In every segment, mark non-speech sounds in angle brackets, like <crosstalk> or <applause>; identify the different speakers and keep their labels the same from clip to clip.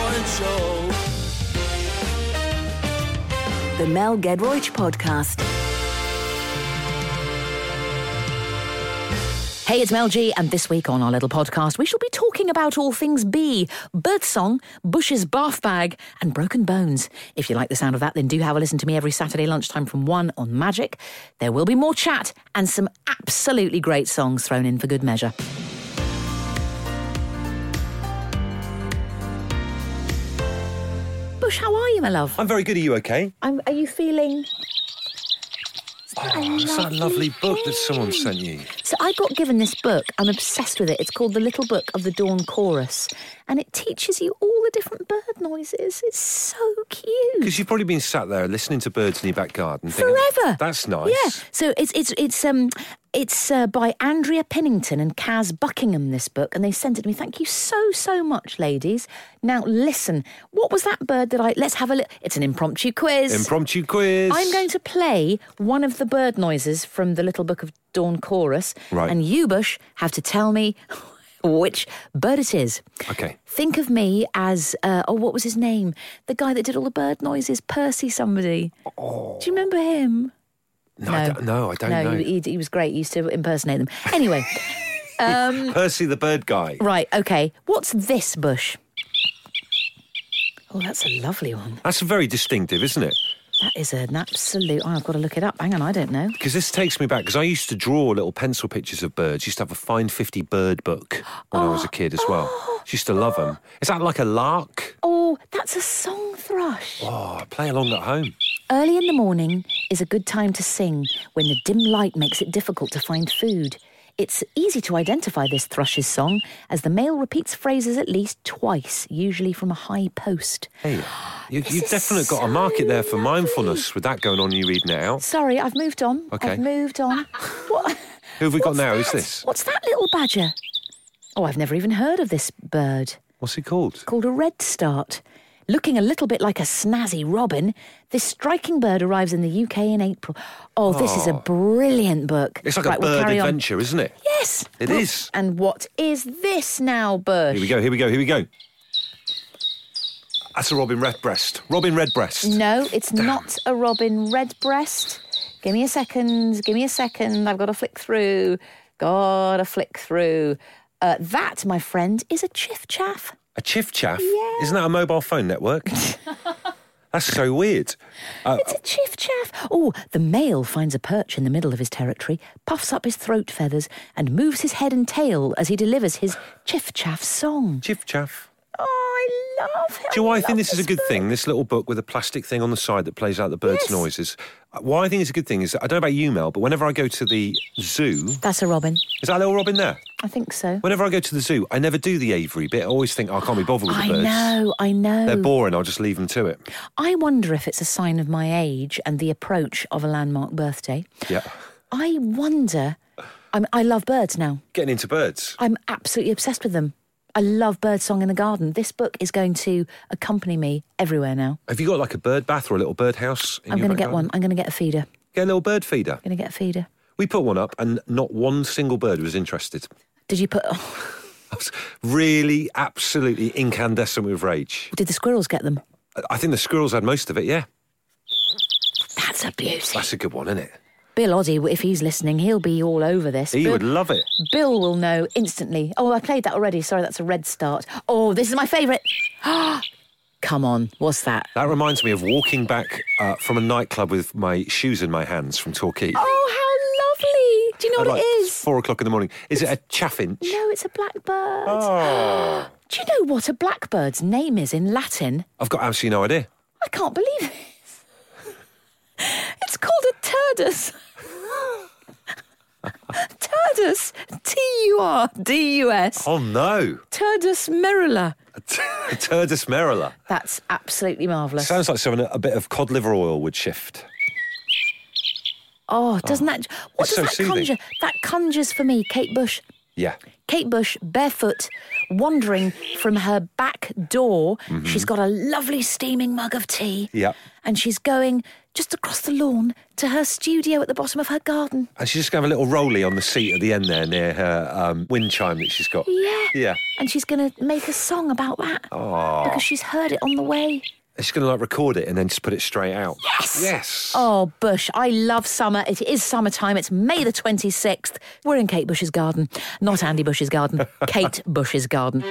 Speaker 1: show.
Speaker 2: The Mel Gedroych Podcast. Hey, it's Mel G, and this week on our little podcast, we shall be talking about all things bee, birdsong, Bush's bath bag, and broken bones. If you like the sound of that, then do have a listen to me every Saturday lunchtime from 1 on Magic. There will be more chat and some absolutely great songs thrown in for good measure. Bush, how are you, my love?
Speaker 3: I'm very good. Are you okay?
Speaker 2: I'm, are you feeling.
Speaker 3: Oh, it's that lovely book that someone sent you.
Speaker 2: So I got given this book. I'm obsessed with it. It's called The Little Book of the Dawn Chorus, and it teaches you all the different bird noises. It's so cute.
Speaker 3: Because you've probably been sat there listening to birds in your back garden. thinking,
Speaker 2: Forever.
Speaker 3: That's nice.
Speaker 2: Yeah. So it's it's it's um it's uh, by Andrea Pennington and Kaz Buckingham. This book, and they sent it to me. Thank you so so much, ladies. Now listen, what was that bird that I? Let's have a look. It's an impromptu quiz.
Speaker 3: Impromptu quiz.
Speaker 2: I'm going to play one of the bird noises from the Little Book of Dawn chorus.
Speaker 3: Right.
Speaker 2: And you, Bush, have to tell me <laughs> which bird it is.
Speaker 3: Okay.
Speaker 2: Think of me as, uh, oh, what was his name? The guy that did all the bird noises, Percy somebody. Do you remember him?
Speaker 3: No, I don't, Oh, no, I don't
Speaker 2: no,
Speaker 3: know.
Speaker 2: He, he, he was great. He used to impersonate them. Anyway,
Speaker 3: Percy the bird guy.
Speaker 2: right, okay. What's this, Bush? Oh, that's a lovely one.
Speaker 3: That's very distinctive, isn't it?
Speaker 2: That is an absolute. Oh, I've got to look it up. Hang on, I don't know.
Speaker 3: Because this takes me back. Because I used to draw little pencil pictures of birds. Used to have a Find 50 bird book when I was a kid as
Speaker 2: <gasps>
Speaker 3: well. Used to love them. Is that like a lark?
Speaker 2: Oh, that's a song thrush.
Speaker 3: Oh, I play along at home.
Speaker 2: Early in the morning is a good time to sing when the dim light makes it difficult to find food. It's easy to identify this thrush's song as the male repeats phrases at least twice, usually from a high post.
Speaker 3: Hey, you, you've
Speaker 2: is
Speaker 3: definitely got a market there for mindfulness with that going on. You reading it out.
Speaker 2: Sorry, I've moved on.
Speaker 3: Okay.
Speaker 2: I've
Speaker 3: <laughs>
Speaker 2: moved on. What?
Speaker 3: Who have we got
Speaker 2: what's
Speaker 3: now?
Speaker 2: That?
Speaker 3: Is this?
Speaker 2: What's that little badger? Oh, I've never even heard of this bird.
Speaker 3: What's it called?
Speaker 2: called a redstart. Looking a little bit like a snazzy robin, this striking bird arrives in the UK in April. Oh, this is a brilliant book.
Speaker 3: It's like
Speaker 2: Right,
Speaker 3: a
Speaker 2: we'll
Speaker 3: bird
Speaker 2: carry on.
Speaker 3: adventure, isn't it?
Speaker 2: Yes,
Speaker 3: It
Speaker 2: Well,
Speaker 3: is.
Speaker 2: And what is this now, Bush?
Speaker 3: Here we go, here we go, here we go. That's a Robin Redbreast. Robin Redbreast.
Speaker 2: No, it's not a robin redbreast. Give me a second. Give me a second. I've got to flick through. Got to flick through. Uh, that, my friend, is a chiff chaff.
Speaker 3: A Chiff Chaff?
Speaker 2: Yeah.
Speaker 3: Isn't that a mobile phone network?
Speaker 2: <laughs>
Speaker 3: That's so weird. Uh,
Speaker 2: It's a chiff chaff. Oh, the male finds a perch in the middle of his territory, puffs up his throat feathers, and moves his head and tail as he delivers his chiff chaff song.
Speaker 3: Chiff Chaff.
Speaker 2: Oh, I love it.
Speaker 3: Do you know why I think
Speaker 2: love
Speaker 3: this is a good
Speaker 2: book.
Speaker 3: thing? This little book with a plastic thing on the side that plays out the birds'
Speaker 2: Yes.
Speaker 3: noises. Uh, Why I think it's a good thing is, I don't know about you, Mel, but whenever I go to the zoo,
Speaker 2: That's a robin.
Speaker 3: is that little Robin there?
Speaker 2: I think so.
Speaker 3: Whenever I go to the zoo, I never do the Avery bit. I always think, oh, I can't be bothered with the
Speaker 2: I
Speaker 3: birds.
Speaker 2: know, I know.
Speaker 3: They're boring, I'll just leave them to it.
Speaker 2: I wonder if it's a sign of my age and the approach of a landmark birthday.
Speaker 3: Yeah.
Speaker 2: I wonder. I'm, I love birds now.
Speaker 3: Getting into birds.
Speaker 2: I'm absolutely obsessed with them. I love birdsong in the garden. This book is going to accompany me everywhere now.
Speaker 3: Have you got like a bird bath or a little bird house? In
Speaker 2: I'm
Speaker 3: your
Speaker 2: going to
Speaker 3: back
Speaker 2: get
Speaker 3: garden?
Speaker 2: one. I'm going to get a feeder.
Speaker 3: Get a little bird feeder.
Speaker 2: Going to get a feeder.
Speaker 3: We put one up, and not one single bird was interested.
Speaker 2: Did you put? Oh,
Speaker 3: I was really, absolutely incandescent with rage.
Speaker 2: did the squirrels get them?
Speaker 3: I- I think the squirrels had most of it. Yeah,
Speaker 2: That's a beauty.
Speaker 3: that's a good one, isn't it?
Speaker 2: Bill Oddie, if he's listening, he'll be all over this.
Speaker 3: He
Speaker 2: Bill,
Speaker 3: would love it.
Speaker 2: Bill will know instantly. Oh, I played that already. Sorry, that's a red start. Oh, this is my favourite. <gasps> Come on, what's that?
Speaker 3: That reminds me of walking back uh, from a nightclub with my shoes in my hands from Torquay.
Speaker 2: Oh, how lovely! Do you know
Speaker 3: At
Speaker 2: what
Speaker 3: like
Speaker 2: it is?
Speaker 3: Four o'clock in the morning. Is it a chaffinch?
Speaker 2: No, it's a blackbird.
Speaker 3: Oh,
Speaker 2: Do you know what a blackbird's name is in Latin?
Speaker 3: I've got absolutely no idea.
Speaker 2: I can't believe this. <laughs> It's called a turdus. <laughs> turdus. T U R D U S.
Speaker 3: Oh no,
Speaker 2: Turdus merula.
Speaker 3: a t- <laughs> a turdus merula.
Speaker 2: That's absolutely marvellous.
Speaker 3: Sounds like something a bit of cod liver oil would shift.
Speaker 2: oh, doesn't that. What
Speaker 3: It's
Speaker 2: does
Speaker 3: so
Speaker 2: that
Speaker 3: soothing.
Speaker 2: conjure? That conjures for me, Kate Bush,
Speaker 3: Yeah.
Speaker 2: Kate Bush, barefoot, wandering from her back door. She's got a lovely steaming mug of tea.
Speaker 3: Yeah.
Speaker 2: And she's going just across the lawn to her studio at the bottom of her garden.
Speaker 3: And she's just going to have a little rolly on the seat at the end there near her um, wind chime that she's got.
Speaker 2: Yeah.
Speaker 3: Yeah.
Speaker 2: And she's going to make a song about that because she's heard it on the way.
Speaker 3: And she's going to like record it and then just put it straight out. Yes. Yes.
Speaker 2: Oh, Bush, I love summer. It is summertime. It's May the 26th. We're in Kate Bush's garden. Not Andy Bush's garden, Kate Bush's garden.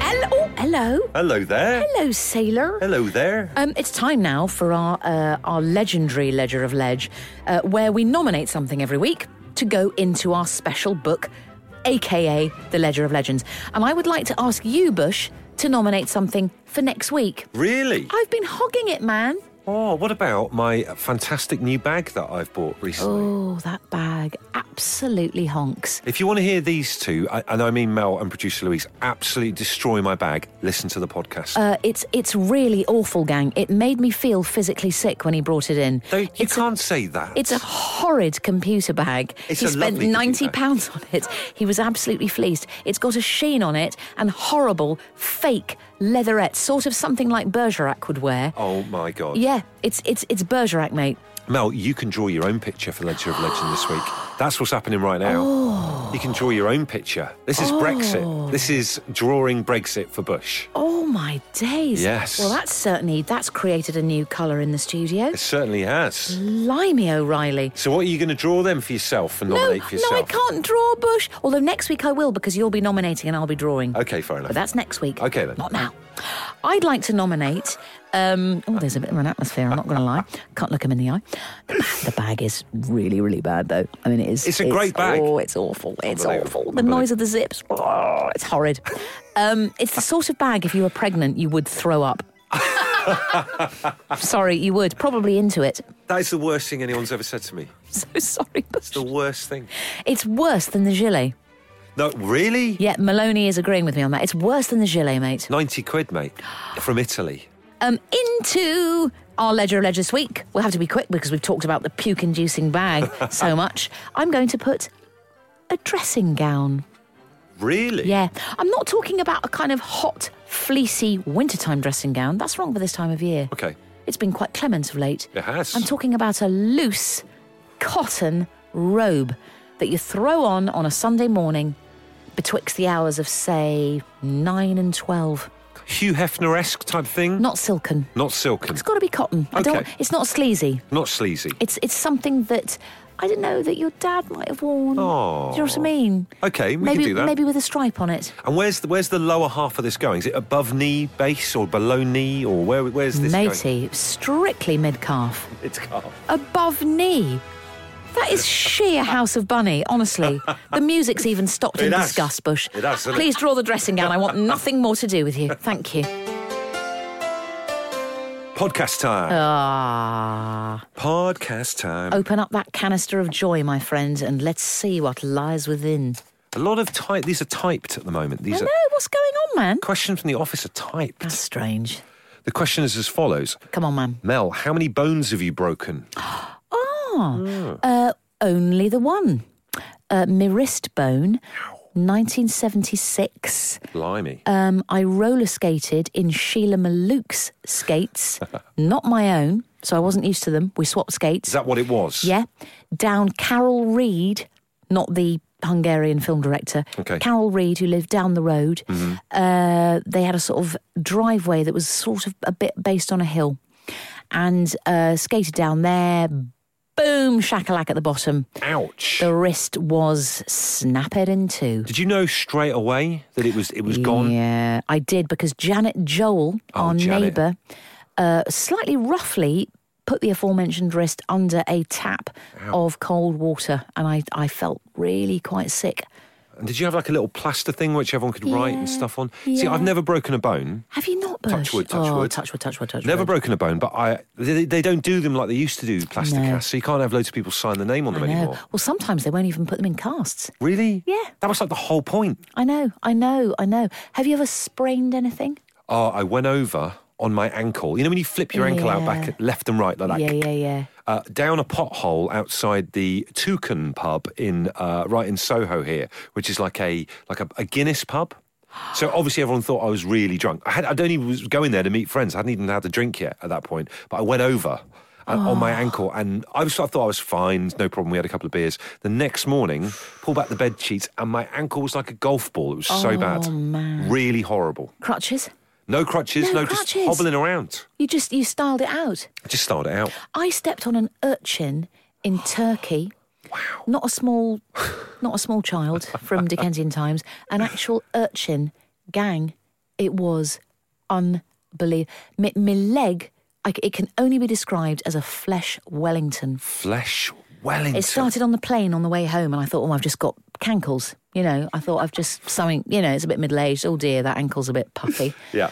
Speaker 2: Hello. oh, Hello.
Speaker 3: Hello there.
Speaker 2: Hello, sailor.
Speaker 3: Hello there.
Speaker 2: Um, it's time now for our uh, our legendary ledger of ledge, uh, where we nominate something every week to go into our special book, aka the ledger of legends. And I would like to ask you, Bush, to nominate something for next week.
Speaker 3: Really?
Speaker 2: I've been hogging it, man.
Speaker 3: Oh, what about my fantastic new bag that I've bought recently?
Speaker 2: Oh, that bag absolutely honks.
Speaker 3: If you want to hear these two, I- and I mean Mel and producer Louise, absolutely destroy my bag, listen to the podcast.
Speaker 2: Uh, it's it's really awful, gang. It made me feel physically sick when he brought it in.
Speaker 3: Don't, you
Speaker 2: It's a-
Speaker 3: can't say that.
Speaker 2: It's a horrid computer bag.
Speaker 3: It's
Speaker 2: he
Speaker 3: a
Speaker 2: spent
Speaker 3: lovely computer
Speaker 2: ninety
Speaker 3: bag.
Speaker 2: pounds on it. He was absolutely fleeced. It's got a sheen on it and horrible fake leatherette, sort of something like Bergerac would wear.
Speaker 3: Oh my God.
Speaker 2: Yeah, it's it's it's Bergerac, mate.
Speaker 3: Mel, you can draw your own picture for Ledger of Legend this
Speaker 2: <gasps>
Speaker 3: week. That's what's happening right now.
Speaker 2: Oh.
Speaker 3: You can draw your own picture. This is Brexit. This is drawing Brexit for Bush.
Speaker 2: Oh my days.
Speaker 3: Yes.
Speaker 2: Well, that's certainly that's created a new colour in the studio.
Speaker 3: It certainly has.
Speaker 2: Mm. Limey O'Reilly.
Speaker 3: So, what are you going to draw then for yourself and
Speaker 2: No,
Speaker 3: nominate
Speaker 2: no,
Speaker 3: for yourself?
Speaker 2: I can't draw Bush. Although next week I will because you'll be nominating and I'll be drawing.
Speaker 3: Okay, fair enough.
Speaker 2: But that's next week.
Speaker 3: Okay, then.
Speaker 2: Not now. I'd like to nominate. Um, oh, there's a bit of an atmosphere. I'm not going to lie. Can't look him in the eye. The bag, the bag is really, really bad, though. I mean, it is.
Speaker 3: It's a great bag.
Speaker 2: Oh, it's awful. It's
Speaker 3: Unbelievable.
Speaker 2: awful. The noise of the zips. Oh, it's horrid. Um, it's the sort of bag if you were pregnant you would
Speaker 3: <laughs>
Speaker 2: throw up. sorry, you would probably into it.
Speaker 3: That is the worst thing anyone's ever said to me.
Speaker 2: So sorry, Bush.
Speaker 3: The worst thing.
Speaker 2: It's worse than the gilet.
Speaker 3: No, really?
Speaker 2: Yeah, Maloney is agreeing with me on that. It's worse than the gilet, mate.
Speaker 3: 90 quid, mate, from Italy.
Speaker 2: um, into our ledger of ledger this week. We'll have to be quick because we've talked about the puke inducing bag so much. I'm going to put a dressing gown.
Speaker 3: Really?
Speaker 2: Yeah. I'm not talking about a kind of hot, fleecy wintertime dressing gown. That's wrong for this time of year.
Speaker 3: Okay.
Speaker 2: It's been quite clement of late.
Speaker 3: It has.
Speaker 2: I'm talking about a loose cotton robe that you throw on on a Sunday morning betwixt the hours of, say, 9 and 12.
Speaker 3: Hugh Hefner esque type thing.
Speaker 2: Not silken.
Speaker 3: Not silken.
Speaker 2: It's got to be cotton. I don't.
Speaker 3: Okay.
Speaker 2: It's not sleazy.
Speaker 3: Not sleazy.
Speaker 2: It's it's something that I don't know that your dad might have worn. Do you know what I mean?
Speaker 3: Oh. Okay, we
Speaker 2: maybe
Speaker 3: can do that.
Speaker 2: maybe with a stripe on it.
Speaker 3: And where's the, where's the lower half of this going? Is it above knee base or below knee or where where's this going?
Speaker 2: Matey, strictly mid calf,
Speaker 3: It's calf.
Speaker 2: above knee. That is sheer House of Bunny, honestly. The music's even stopped
Speaker 3: <laughs> It
Speaker 2: in
Speaker 3: has.
Speaker 2: disgust, Bush.
Speaker 3: It has, hasn't it?
Speaker 2: Please draw the dressing gown. I
Speaker 3: <laughs>
Speaker 2: want nothing more to do with you. Thank you.
Speaker 3: Podcast time.
Speaker 2: Uh. Ah.
Speaker 3: Podcast time.
Speaker 2: Open up that canister of joy, my friend, and let's see what lies within.
Speaker 3: A lot of type. These are typed at the moment. These
Speaker 2: I
Speaker 3: are
Speaker 2: know, what's going on, man?
Speaker 3: questions from the office are typed.
Speaker 2: That's strange.
Speaker 3: The question is as follows:
Speaker 2: Come on, man.
Speaker 3: Mel, how many bones have you broken?
Speaker 2: Ah, uh, only the one. Uh, my wrist bone, 1976.
Speaker 3: Blimey.
Speaker 2: Um, I roller skated in Sheila Malouk's skates, not my own, so I wasn't used to them. We swapped skates.
Speaker 3: is that what it was?
Speaker 2: yeah. Down Carol Reed, not the Hungarian film director.
Speaker 3: Okay.
Speaker 2: Carol Reed, who lived down the road. Uh, they had a sort of driveway that was sort of a bit based on a hill. And uh, skated down there, boom, shakalak at the bottom.
Speaker 3: Ouch.
Speaker 2: The wrist was snapped in two.
Speaker 3: Did you know straight away that it was it was gone? Oh,
Speaker 2: Yeah, I did because Janet Joel, our
Speaker 3: Janet.
Speaker 2: neighbour, uh, slightly roughly put the aforementioned wrist under a tap of cold water, and I, I felt really quite sick.
Speaker 3: And did you have like a little plaster thing which everyone could write and stuff on? See,
Speaker 2: yeah.
Speaker 3: I've never broken a bone.
Speaker 2: Have you not, Bush?
Speaker 3: wood, touch
Speaker 2: oh,
Speaker 3: wood.
Speaker 2: touch wood, touch wood, touch
Speaker 3: Never
Speaker 2: wood.
Speaker 3: broken a bone, but I they, they don't do them like they used to do plaster
Speaker 2: No.
Speaker 3: casts. So you can't have loads of people sign the name on them
Speaker 2: I know.
Speaker 3: anymore.
Speaker 2: Well, sometimes they won't even put them in casts.
Speaker 3: Really?
Speaker 2: Yeah.
Speaker 3: That was like the whole point.
Speaker 2: I know, I know, I know. Have you ever sprained anything?
Speaker 3: Oh, Uh, I went over on my ankle. You know when you flip your ankle out
Speaker 2: Yeah.
Speaker 3: back left and right like that.
Speaker 2: Yeah, yeah, yeah.
Speaker 3: Uh, down a pothole outside the Toucan pub in uh, right in Soho here, which is like a like a, a Guinness pub.
Speaker 2: <gasps>
Speaker 3: So obviously everyone thought I was really drunk. I had I'd only was going there to meet friends. I hadn't even had a drink yet at that point, but I went over. And on
Speaker 2: Oh.
Speaker 3: my ankle, and I was, I thought I was fine, no problem. We had a couple of beers. The next morning, pull back the bed sheets, and my ankle was like a golf ball. It was
Speaker 2: Oh,
Speaker 3: so bad, really horrible.
Speaker 2: Crutches.
Speaker 3: No crutches,
Speaker 2: No
Speaker 3: no,
Speaker 2: crutches.
Speaker 3: just hobbling around.
Speaker 2: You just you styled it out.
Speaker 3: I just started out.
Speaker 2: I stepped on an urchin in Turkey. Wow. Not a small not a small child from Dickensian times, an actual urchin gang. It was unbelievable. My, my leg I c it can only be described as a flesh Wellington.
Speaker 3: Flesh Wellington.
Speaker 2: It started on the plane on the way home, and I thought, oh, I've just got cankles. You know, I thought I've just something, you know, it's a bit middle aged. Oh dear, that ankle's a bit puffy.
Speaker 3: yeah,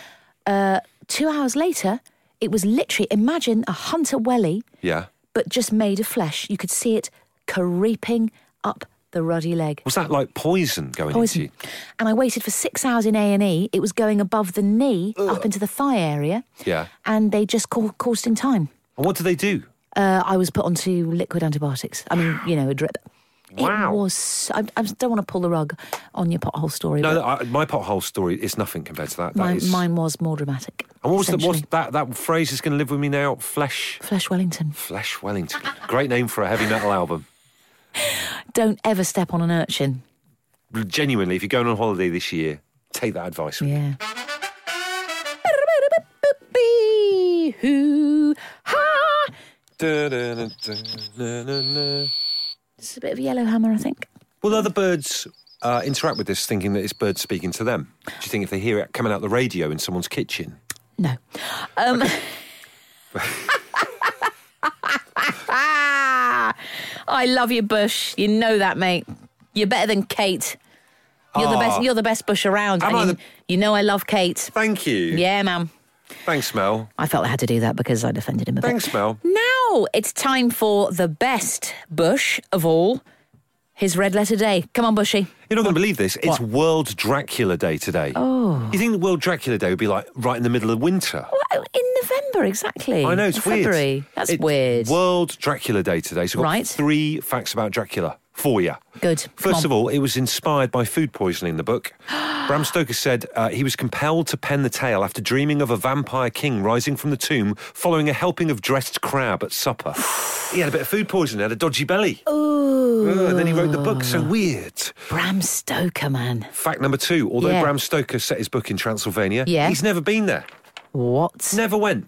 Speaker 2: Two hours later, it was literally imagine a hunter welly
Speaker 3: yeah.
Speaker 2: but just made of flesh. You could see it creeping up the ruddy leg.
Speaker 3: Was that like poison going
Speaker 2: Poison.
Speaker 3: into you?
Speaker 2: And I waited for six hours in A and E. It was going above the knee, up into the thigh area.
Speaker 3: Yeah.
Speaker 2: And they just ca- caused in time.
Speaker 3: And what do they do?
Speaker 2: Uh, I was put onto liquid antibiotics. I mean, you know, a drip.
Speaker 3: Wow.
Speaker 2: It was. so- I, I just don't want to pull the rug on your pothole story.
Speaker 3: No,
Speaker 2: but
Speaker 3: no, I, my pothole story is nothing compared to that. That
Speaker 2: mine,
Speaker 3: is.
Speaker 2: mine was more dramatic.
Speaker 3: and what was, the, what's
Speaker 2: essentially.
Speaker 3: that? That phrase is going to live with me now. Flesh,
Speaker 2: Flesh Wellington.
Speaker 3: Flesh Wellington. Great name for a heavy metal album.
Speaker 2: Don't ever step on an urchin.
Speaker 3: Genuinely, if you're going on holiday this year, take that advice.
Speaker 2: Yeah. Bee-hoo, ha!
Speaker 3: Da-da-da-da-na-na-na.
Speaker 2: It's a bit of a yellow hammer, I think.
Speaker 3: Will other birds uh, interact with this, thinking that it's birds speaking to them? Do you think if they hear it coming out the radio in someone's kitchen?
Speaker 2: No. Um, <laughs> I love you, Bush. You know that, mate. You're better than Kate. You're the
Speaker 3: Aw.
Speaker 2: best. You're the best Bush around.
Speaker 3: Am
Speaker 2: and
Speaker 3: I
Speaker 2: you,
Speaker 3: Ah. the-
Speaker 2: you know I love Kate.
Speaker 3: Thank you.
Speaker 2: Yeah, ma'am.
Speaker 3: Thanks, Mel.
Speaker 2: I felt I had to do that because I'd offended him a bit.
Speaker 3: Thanks, Mel.
Speaker 2: Now it's time for the best Bush of all. His red letter day. Come on, Bushy.
Speaker 3: You're not going to believe this. It's World Dracula Day today. Oh. You think World Dracula Day would be like right in the middle of winter?
Speaker 2: Well, in November, exactly.
Speaker 3: I know, it's
Speaker 2: In
Speaker 3: weird.
Speaker 2: February. That's
Speaker 3: It's
Speaker 2: weird.
Speaker 3: World Dracula Day today. So I've got
Speaker 2: Right.
Speaker 3: three facts about Dracula for you.
Speaker 2: Good. Come
Speaker 3: First
Speaker 2: on.
Speaker 3: of all, it was inspired by food poisoning in the
Speaker 2: <gasps>
Speaker 3: book. Bram Stoker said uh, he was compelled to pen the tale after dreaming of a vampire king rising from the tomb following a helping of dressed crab at supper.
Speaker 2: <sighs>
Speaker 3: he had a bit of food poisoning, had a dodgy belly. Oh, and then he wrote the book. So weird.
Speaker 2: Bram Stoker, man.
Speaker 3: Fact number two although
Speaker 2: Yeah.
Speaker 3: Bram Stoker set his book in Transylvania,
Speaker 2: Yeah.
Speaker 3: he's never been there.
Speaker 2: What?
Speaker 3: Never went.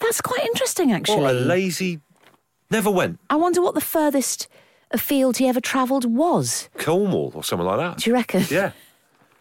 Speaker 2: That's quite interesting, actually.
Speaker 3: What a lazy. Never went.
Speaker 2: I wonder what the furthest afield he ever travelled was.
Speaker 3: Cornwall or something like that.
Speaker 2: Do you reckon? <laughs>
Speaker 3: Yeah.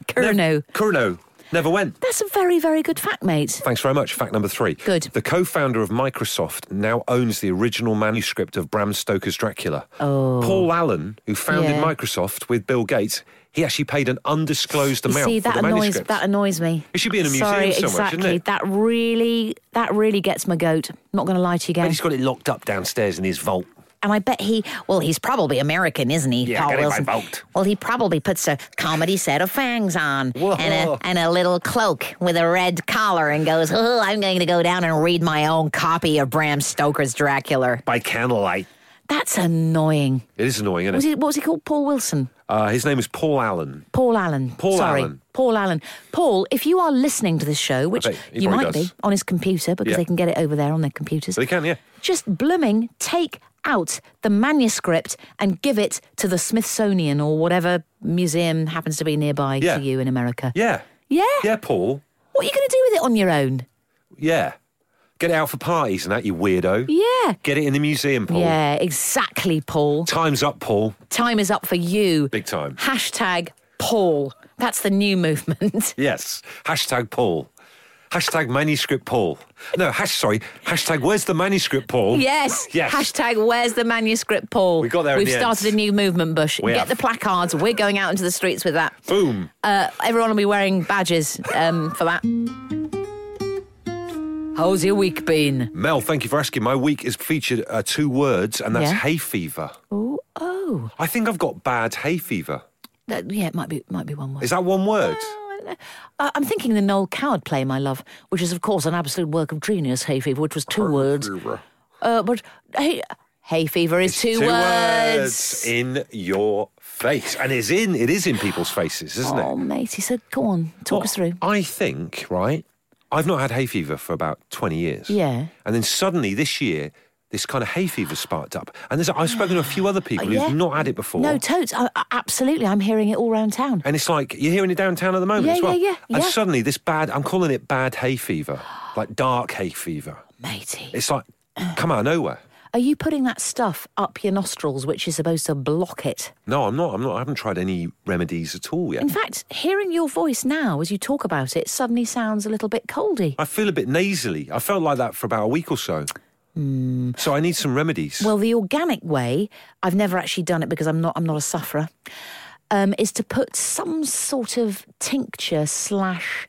Speaker 2: Curno.
Speaker 3: Curno. Never went.
Speaker 2: That's a very, very good fact, mate.
Speaker 3: Thanks very much. Fact number three.
Speaker 2: Good.
Speaker 3: The co founder of Microsoft now owns the original manuscript of Bram Stoker's Dracula. Oh. Paul Allen, who founded
Speaker 2: Yeah.
Speaker 3: Microsoft with Bill Gates, he actually paid an undisclosed
Speaker 2: You
Speaker 3: amount
Speaker 2: see,
Speaker 3: for
Speaker 2: that
Speaker 3: the
Speaker 2: annoys
Speaker 3: manuscript.
Speaker 2: that annoys me.
Speaker 3: It should be in a museum
Speaker 2: Sorry,
Speaker 3: somewhere,
Speaker 2: exactly.
Speaker 3: shouldn't it?
Speaker 2: That really, that really gets my goat. Not going to lie to you,
Speaker 3: and
Speaker 2: guys.
Speaker 3: he's got it locked up downstairs in his vault.
Speaker 2: And I bet he, well, he's probably American, isn't he,
Speaker 3: Yeah,
Speaker 2: Paul
Speaker 3: get it by
Speaker 2: Wilson?
Speaker 3: vote.
Speaker 2: Well, he probably puts a comedy set of fangs on
Speaker 3: Whoa.
Speaker 2: and a, and a little cloak with a red collar and goes, oh, I'm going to go down and read my own copy of Bram Stoker's Dracula.
Speaker 3: By candlelight.
Speaker 2: That's annoying.
Speaker 3: It is annoying, isn't
Speaker 2: Was
Speaker 3: it?
Speaker 2: he, what was he called? Paul Wilson?
Speaker 3: Uh, his name is Paul Allen.
Speaker 2: Paul Allen.
Speaker 3: Paul
Speaker 2: Sorry.
Speaker 3: Allen.
Speaker 2: Paul Allen. Paul, if you are listening to this show, which
Speaker 3: bet he
Speaker 2: you
Speaker 3: probably
Speaker 2: might
Speaker 3: does.
Speaker 2: be on his computer because
Speaker 3: Yeah.
Speaker 2: they can get it over there on their computers.
Speaker 3: They can, yeah.
Speaker 2: Just blooming take out the manuscript and give it to the Smithsonian or whatever museum happens to be nearby
Speaker 3: Yeah.
Speaker 2: to you in America.
Speaker 3: Yeah.
Speaker 2: Yeah?
Speaker 3: Yeah, Paul.
Speaker 2: What are you going to do with it on your own?
Speaker 3: Yeah. Get it out for parties and that, you weirdo.
Speaker 2: Yeah.
Speaker 3: Get it in the museum, Paul.
Speaker 2: Yeah, exactly, Paul.
Speaker 3: Time's up, Paul.
Speaker 2: Time is up for you.
Speaker 3: Big time.
Speaker 2: Hashtag Paul. That's the new movement. <laughs>
Speaker 3: Yes. Hashtag Paul. Hashtag manuscript Paul. No, hash, sorry. Hashtag where's the manuscript Paul?
Speaker 2: Yes.
Speaker 3: Yes.
Speaker 2: Hashtag where's the manuscript, Paul?
Speaker 3: We got there in
Speaker 2: We've
Speaker 3: the end.
Speaker 2: started a new movement, Bush.
Speaker 3: We
Speaker 2: Get
Speaker 3: have.
Speaker 2: the placards. We're going out into the streets with that.
Speaker 3: Boom.
Speaker 2: Uh, everyone will be wearing badges um, for that. How's your week been?
Speaker 3: Mel, thank you for asking. My week is featured uh, two words, and that's
Speaker 2: Yeah.
Speaker 3: hay fever.
Speaker 2: Oh, oh.
Speaker 3: I think I've got bad hay fever.
Speaker 2: That- Uh, yeah, it might be might be one word.
Speaker 3: Is that one word?
Speaker 2: Oh, Uh, I'm thinking the Noel Coward play, My Love, which is, of course, an absolute work of genius, Hay Fever, which was two words. Uh, but hey, hay fever is two, words.
Speaker 3: in your face, and it's in it is in people's faces, isn't
Speaker 2: Oh,
Speaker 3: it?
Speaker 2: matey. So go on, talk us
Speaker 3: Well,
Speaker 2: through.
Speaker 3: I think right. I've not had hay fever for about twenty years.
Speaker 2: Yeah.
Speaker 3: and then suddenly this year, this kind of hay fever sparked up, and there's, I've spoken to a few other people
Speaker 2: <gasps> yeah.
Speaker 3: who've not had it before.
Speaker 2: No, totes. I, I- absolutely. I'm hearing it all round town.
Speaker 3: and it's like you're hearing it downtown at the moment
Speaker 2: Yeah,
Speaker 3: as well.
Speaker 2: yeah, yeah,
Speaker 3: And
Speaker 2: yeah.
Speaker 3: suddenly this bad, I'm calling it bad hay fever, like dark hay fever.
Speaker 2: Matey.
Speaker 3: It's like come out of nowhere.
Speaker 2: Are you putting that stuff up your nostrils, which is supposed to block it?
Speaker 3: No, I'm not. I'm not. I haven't tried any remedies at all yet.
Speaker 2: In fact, hearing your voice now as you talk about it suddenly sounds a little bit coldy.
Speaker 3: I feel a bit nasally. I felt like that for about a week or so. So I need some remedies.
Speaker 2: Hmm. Well, the organic way, I've never actually done it because I'm not I'm not a sufferer, um, is to put some sort of tincture slash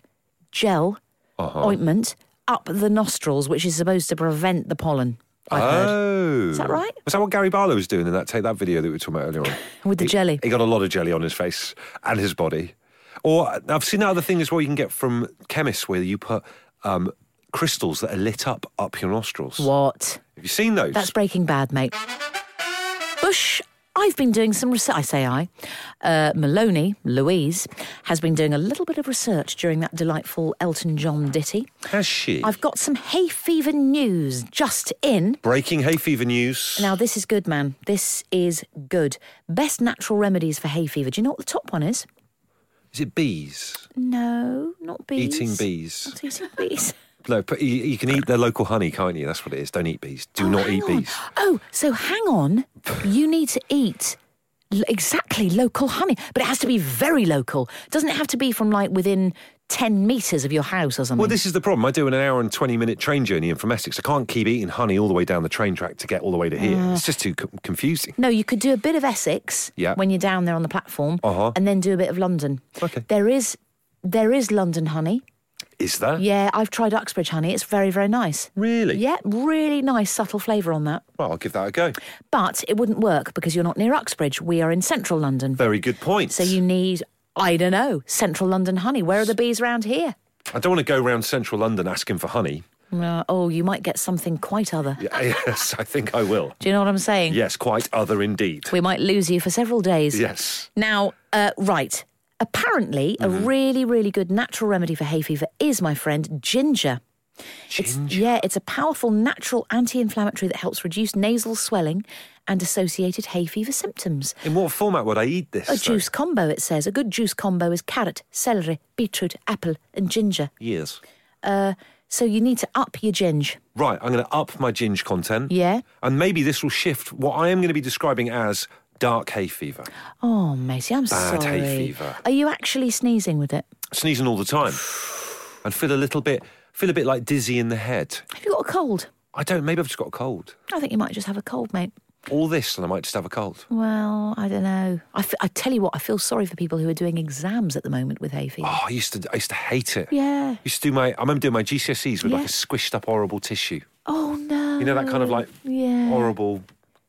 Speaker 2: gel ointment up the nostrils, which is supposed to prevent the pollen. I've heard
Speaker 3: oh. Is
Speaker 2: that right?
Speaker 3: Was that what Gary Barlow was doing in that take that video that we were talking about earlier on?
Speaker 2: <laughs> with the jelly.
Speaker 3: he got a lot of jelly on his face and his body. Or I've seen that other thing as well you can get from chemists where you put um, crystals that are lit up up your nostrils.
Speaker 2: What?
Speaker 3: Have you seen those?
Speaker 2: That's Breaking Bad, mate. Bush, I've been doing some research. I say I. Uh, Maloney, Louise, has been doing a little bit of research during that delightful Elton John ditty.
Speaker 3: Has she?
Speaker 2: I've got some hay fever news just in.
Speaker 3: Breaking hay fever news.
Speaker 2: Now, this is good, man. This is good. Best natural remedies for hay fever. Do you know what the top one is?
Speaker 3: Is it bees?
Speaker 2: No, not bees.
Speaker 3: Eating bees.
Speaker 2: Not eating bees.
Speaker 3: No, but you, you can eat their local honey, can't you? That's what it is. Don't eat bees. Do
Speaker 2: Oh,
Speaker 3: not
Speaker 2: hang
Speaker 3: eat
Speaker 2: on.
Speaker 3: bees.
Speaker 2: Oh, so hang on. You need to eat l- exactly local honey, but it has to be very local. Doesn't it have to be from like within 10 metres of your house or something?
Speaker 3: Well, this is the problem. I do an hour and 20 minute train journey in from Essex. I can't keep eating honey all the way down the train track to get all the way to here.
Speaker 2: Ah.
Speaker 3: It's just too co- confusing.
Speaker 2: No, you could do a bit of Essex
Speaker 3: Yeah.
Speaker 2: when you're down there on the platform
Speaker 3: Uh-huh.
Speaker 2: and then do a bit of London.
Speaker 3: Okay.
Speaker 2: There is there is London honey.
Speaker 3: Is there?
Speaker 2: Yeah, I've tried Uxbridge honey. It's very, very nice.
Speaker 3: Really?
Speaker 2: Yeah, really nice subtle flavour on that.
Speaker 3: Well, I'll give that a go.
Speaker 2: But it wouldn't work because you're not near Uxbridge. We are in central London.
Speaker 3: Very good point.
Speaker 2: So you need, I don't know, central London honey. Where are the bees around here?
Speaker 3: I don't want to go round central London asking for honey.
Speaker 2: Uh, oh, you might get something quite other.
Speaker 3: Yeah, <laughs> yes, I think I will.
Speaker 2: Do you know what I'm saying?
Speaker 3: Yes, quite other indeed.
Speaker 2: We might lose you for several days.
Speaker 3: Yes.
Speaker 2: Now, uh, right. Apparently, a really, really good natural remedy for hay fever is, my friend, ginger. It's, yeah, it's a powerful natural anti inflammatory that helps reduce nasal swelling and associated hay fever symptoms.
Speaker 3: In what format would I eat this?
Speaker 2: A
Speaker 3: though?
Speaker 2: juice combo, it says. A good juice combo is carrot, celery, beetroot, apple, and ginger.
Speaker 3: Yes.
Speaker 2: So you need to up your ginger.
Speaker 3: Right, I'm going to up my ginge content.
Speaker 2: Yeah.
Speaker 3: And maybe this will shift what I am going to be describing as dark hay fever.
Speaker 2: Oh, matey, I'm
Speaker 3: Bad
Speaker 2: sorry.
Speaker 3: hay fever.
Speaker 2: Are you actually sneezing with it?
Speaker 3: Sneezing all the time. And feel a little bit feel a bit like dizzy in the head.
Speaker 2: Have you got a cold?
Speaker 3: I don't maybe I've just got a cold.
Speaker 2: I think you might just have a cold, mate.
Speaker 3: All this and I might just have a cold.
Speaker 2: Well, I don't know. I, f- I tell you what, I feel sorry for people who are doing exams at the moment with hay fever.
Speaker 3: Oh, I used to I used to hate it.
Speaker 2: Yeah.
Speaker 3: used to do my I remember doing my GCSEs with like
Speaker 2: Yeah.
Speaker 3: a squished up horrible tissue.
Speaker 2: Oh no.
Speaker 3: You know that kind of like
Speaker 2: Yeah.
Speaker 3: horrible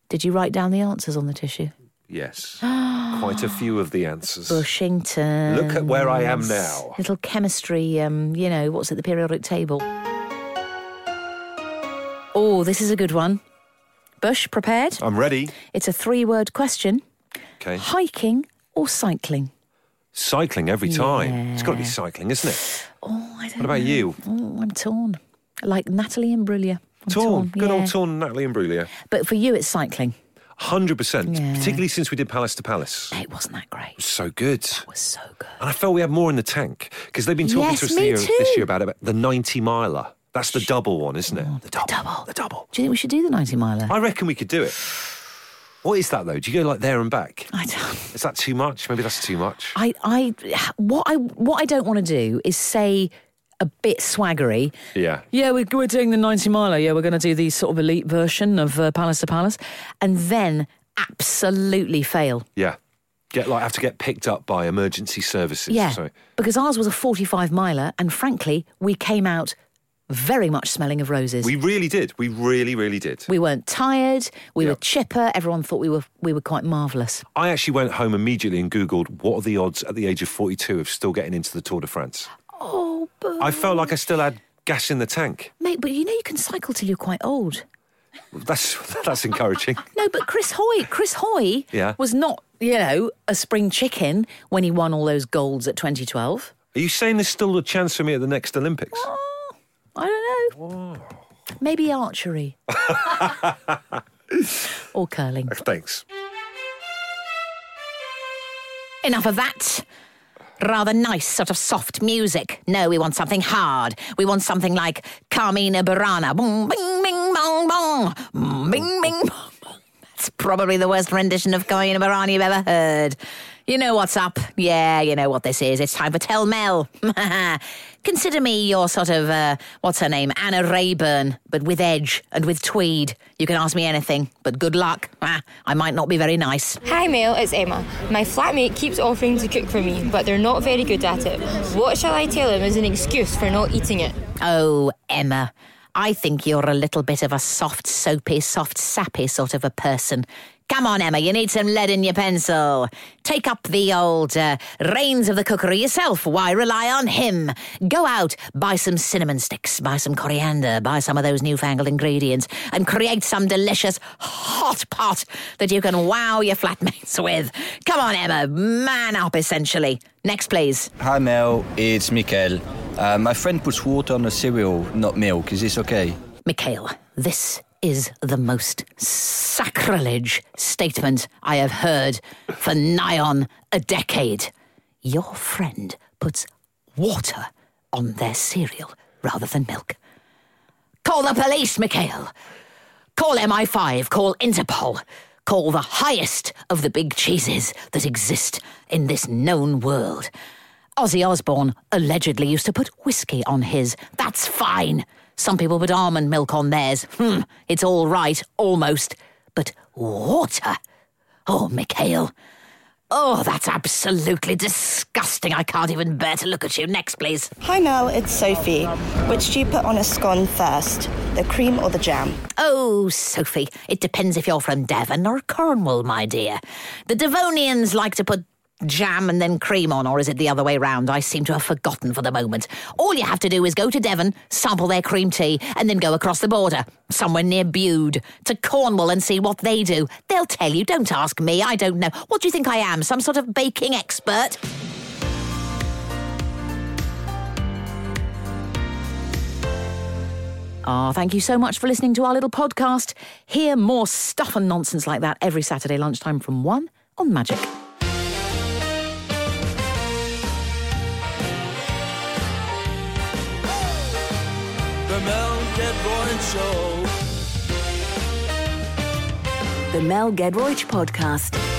Speaker 2: Did you write down the answers on the tissue?
Speaker 3: yes. quite
Speaker 2: <gasps>
Speaker 3: a few of the answers.
Speaker 2: Bushington.
Speaker 3: Look at where I am now.
Speaker 2: Little chemistry, um, you know, what's at the periodic table? Oh, this is a good one. Bush, prepared?
Speaker 3: I'm ready.
Speaker 2: It's a three word question
Speaker 3: Okay.
Speaker 2: hiking or cycling?
Speaker 3: Cycling every time. It's got to be cycling, isn't it?
Speaker 2: Oh, I don't
Speaker 3: What about
Speaker 2: know.
Speaker 3: you?
Speaker 2: Oh, I'm torn. Like Natalie and Brulia. I'm
Speaker 3: Torn.
Speaker 2: torn.
Speaker 3: Good
Speaker 2: yeah.
Speaker 3: old Torn, Natalie and Brulia.
Speaker 2: But for you, it's cycling.
Speaker 3: 100%,
Speaker 2: Yeah.
Speaker 3: particularly since we did Palace to Palace.
Speaker 2: It wasn't that great. It
Speaker 3: So good.
Speaker 2: was so good.
Speaker 3: And I felt we had more in the tank because they've been talking
Speaker 2: Yes,
Speaker 3: to us
Speaker 2: me
Speaker 3: this year,
Speaker 2: too. Oh,
Speaker 3: this year about it, the 90 miler. That's the double one, isn't it? The double.
Speaker 2: double.
Speaker 3: The double.
Speaker 2: Do you think we should do the 90 miler?
Speaker 3: I reckon we could do it. What is that though? Do you go like there and back?
Speaker 2: I don't.
Speaker 3: Is that too much? Maybe that's too much.
Speaker 2: I, I, what I, what I don't want to do is say a bit swaggery.
Speaker 3: Yeah.
Speaker 2: Yeah, we're, we're doing the 90 miler. Yeah, we're going to do the sort of elite version of uh, Palace to Palace. And then absolutely fail.
Speaker 3: Yeah. Get like have to get picked up by emergency services.
Speaker 2: Yeah.
Speaker 3: So
Speaker 2: Because ours was a 45 miler. And frankly, we came out very much smelling of roses.
Speaker 3: We really did. We really, really did.
Speaker 2: We weren't tired. We were
Speaker 3: Yep.
Speaker 2: chipper. Everyone thought we were we were quite marvellous.
Speaker 3: I actually went home immediately and Googled what are the odds at the age of 42 of still getting into the Tour de France.
Speaker 2: Oh, but
Speaker 3: I felt like I still had gas in the tank.
Speaker 2: mate, but you know you can cycle till you're quite old.
Speaker 3: That's <laughs> that's encouraging.
Speaker 2: No, but Chris Hoy, Chris Hoy,
Speaker 3: Yeah.
Speaker 2: was not you know a spring chicken when he won all those golds at 2012.
Speaker 3: Are you saying there's still a chance for me at the next Olympics?
Speaker 2: Oh, I don't know. Maybe archery <laughs> or curling.
Speaker 3: Thanks.
Speaker 2: Enough of that. Rather nice, sort of soft music. No, we want something hard. We want something like Carmina Burana. Boom, bing, bing, bong, bong. Mm, Bing, bing, bong, bong. That's probably the worst rendition of Carmina Burana you've ever heard. You know what's up. Yeah, you know what this is. It's time for Tell Mel. <laughs> Consider me your sort of, uh, what's her name? Anna Rayburn, but with edge and with tweed. You can ask me anything, but good luck. Ah, I might not be very nice.
Speaker 1: Hi Mel, it's Emma. My flatmate keeps offering to cook for me, but they're not very good at it. What shall I tell him as an excuse for not eating it?
Speaker 2: Oh, Emma, I think you're a little bit of a soft, soapy, soft, sappy sort of a person. Come on, Emma, you need some lead in your pencil. Take up the old uh, reins of the cookery yourself. Why rely on him? Go out, buy some cinnamon sticks, buy some coriander, buy some of those newfangled ingredients, and create some delicious hot pot that you can wow your flatmates <laughs> with. Come on, Emma, man up, essentially. Next, please.
Speaker 4: Hi Mel, it's Mikael. Uh, my friend puts water on the cereal, not milk. Is this okay?
Speaker 2: Mikhail, this is the most sacrilege statement I have heard for nigh on a decade. Your friend puts water on their cereal rather than milk. Call the police, Mikhail. Call MI5, call Interpol. Call the highest of the big cheeses that exist in this known world. Ozzy Osbourne allegedly used to put whiskey on his. That's fine. Some people put almond milk on theirs. Hmm, it's all right, almost. But water? Oh, Mikhail. Oh, that's absolutely disgusting. I can't even bear to look at you. Next, please.
Speaker 5: Hi Mel, it's Sophie. Which do you put on a scone first, the cream or the jam?
Speaker 2: Oh, Sophie, it depends if you're from Devon or Cornwall, my dear. The Devonians like to put jam and then cream on, or is it the other way round? I seem to have forgotten for the moment. All you have to do is go to Devon, sample their cream tea, and then go across the border, somewhere near Bude, to Cornwall and see what they do. They'll tell you. Don't ask me. I don't know. What do you think I am? Some sort of baking expert? Ah, thank you so much for listening to our little podcast. Hear more stuff and nonsense like that every Saturday lunchtime from 1 on Magic.
Speaker 6: The Mel Gedroyd Show.
Speaker 7: The Mel Gedroych Podcast.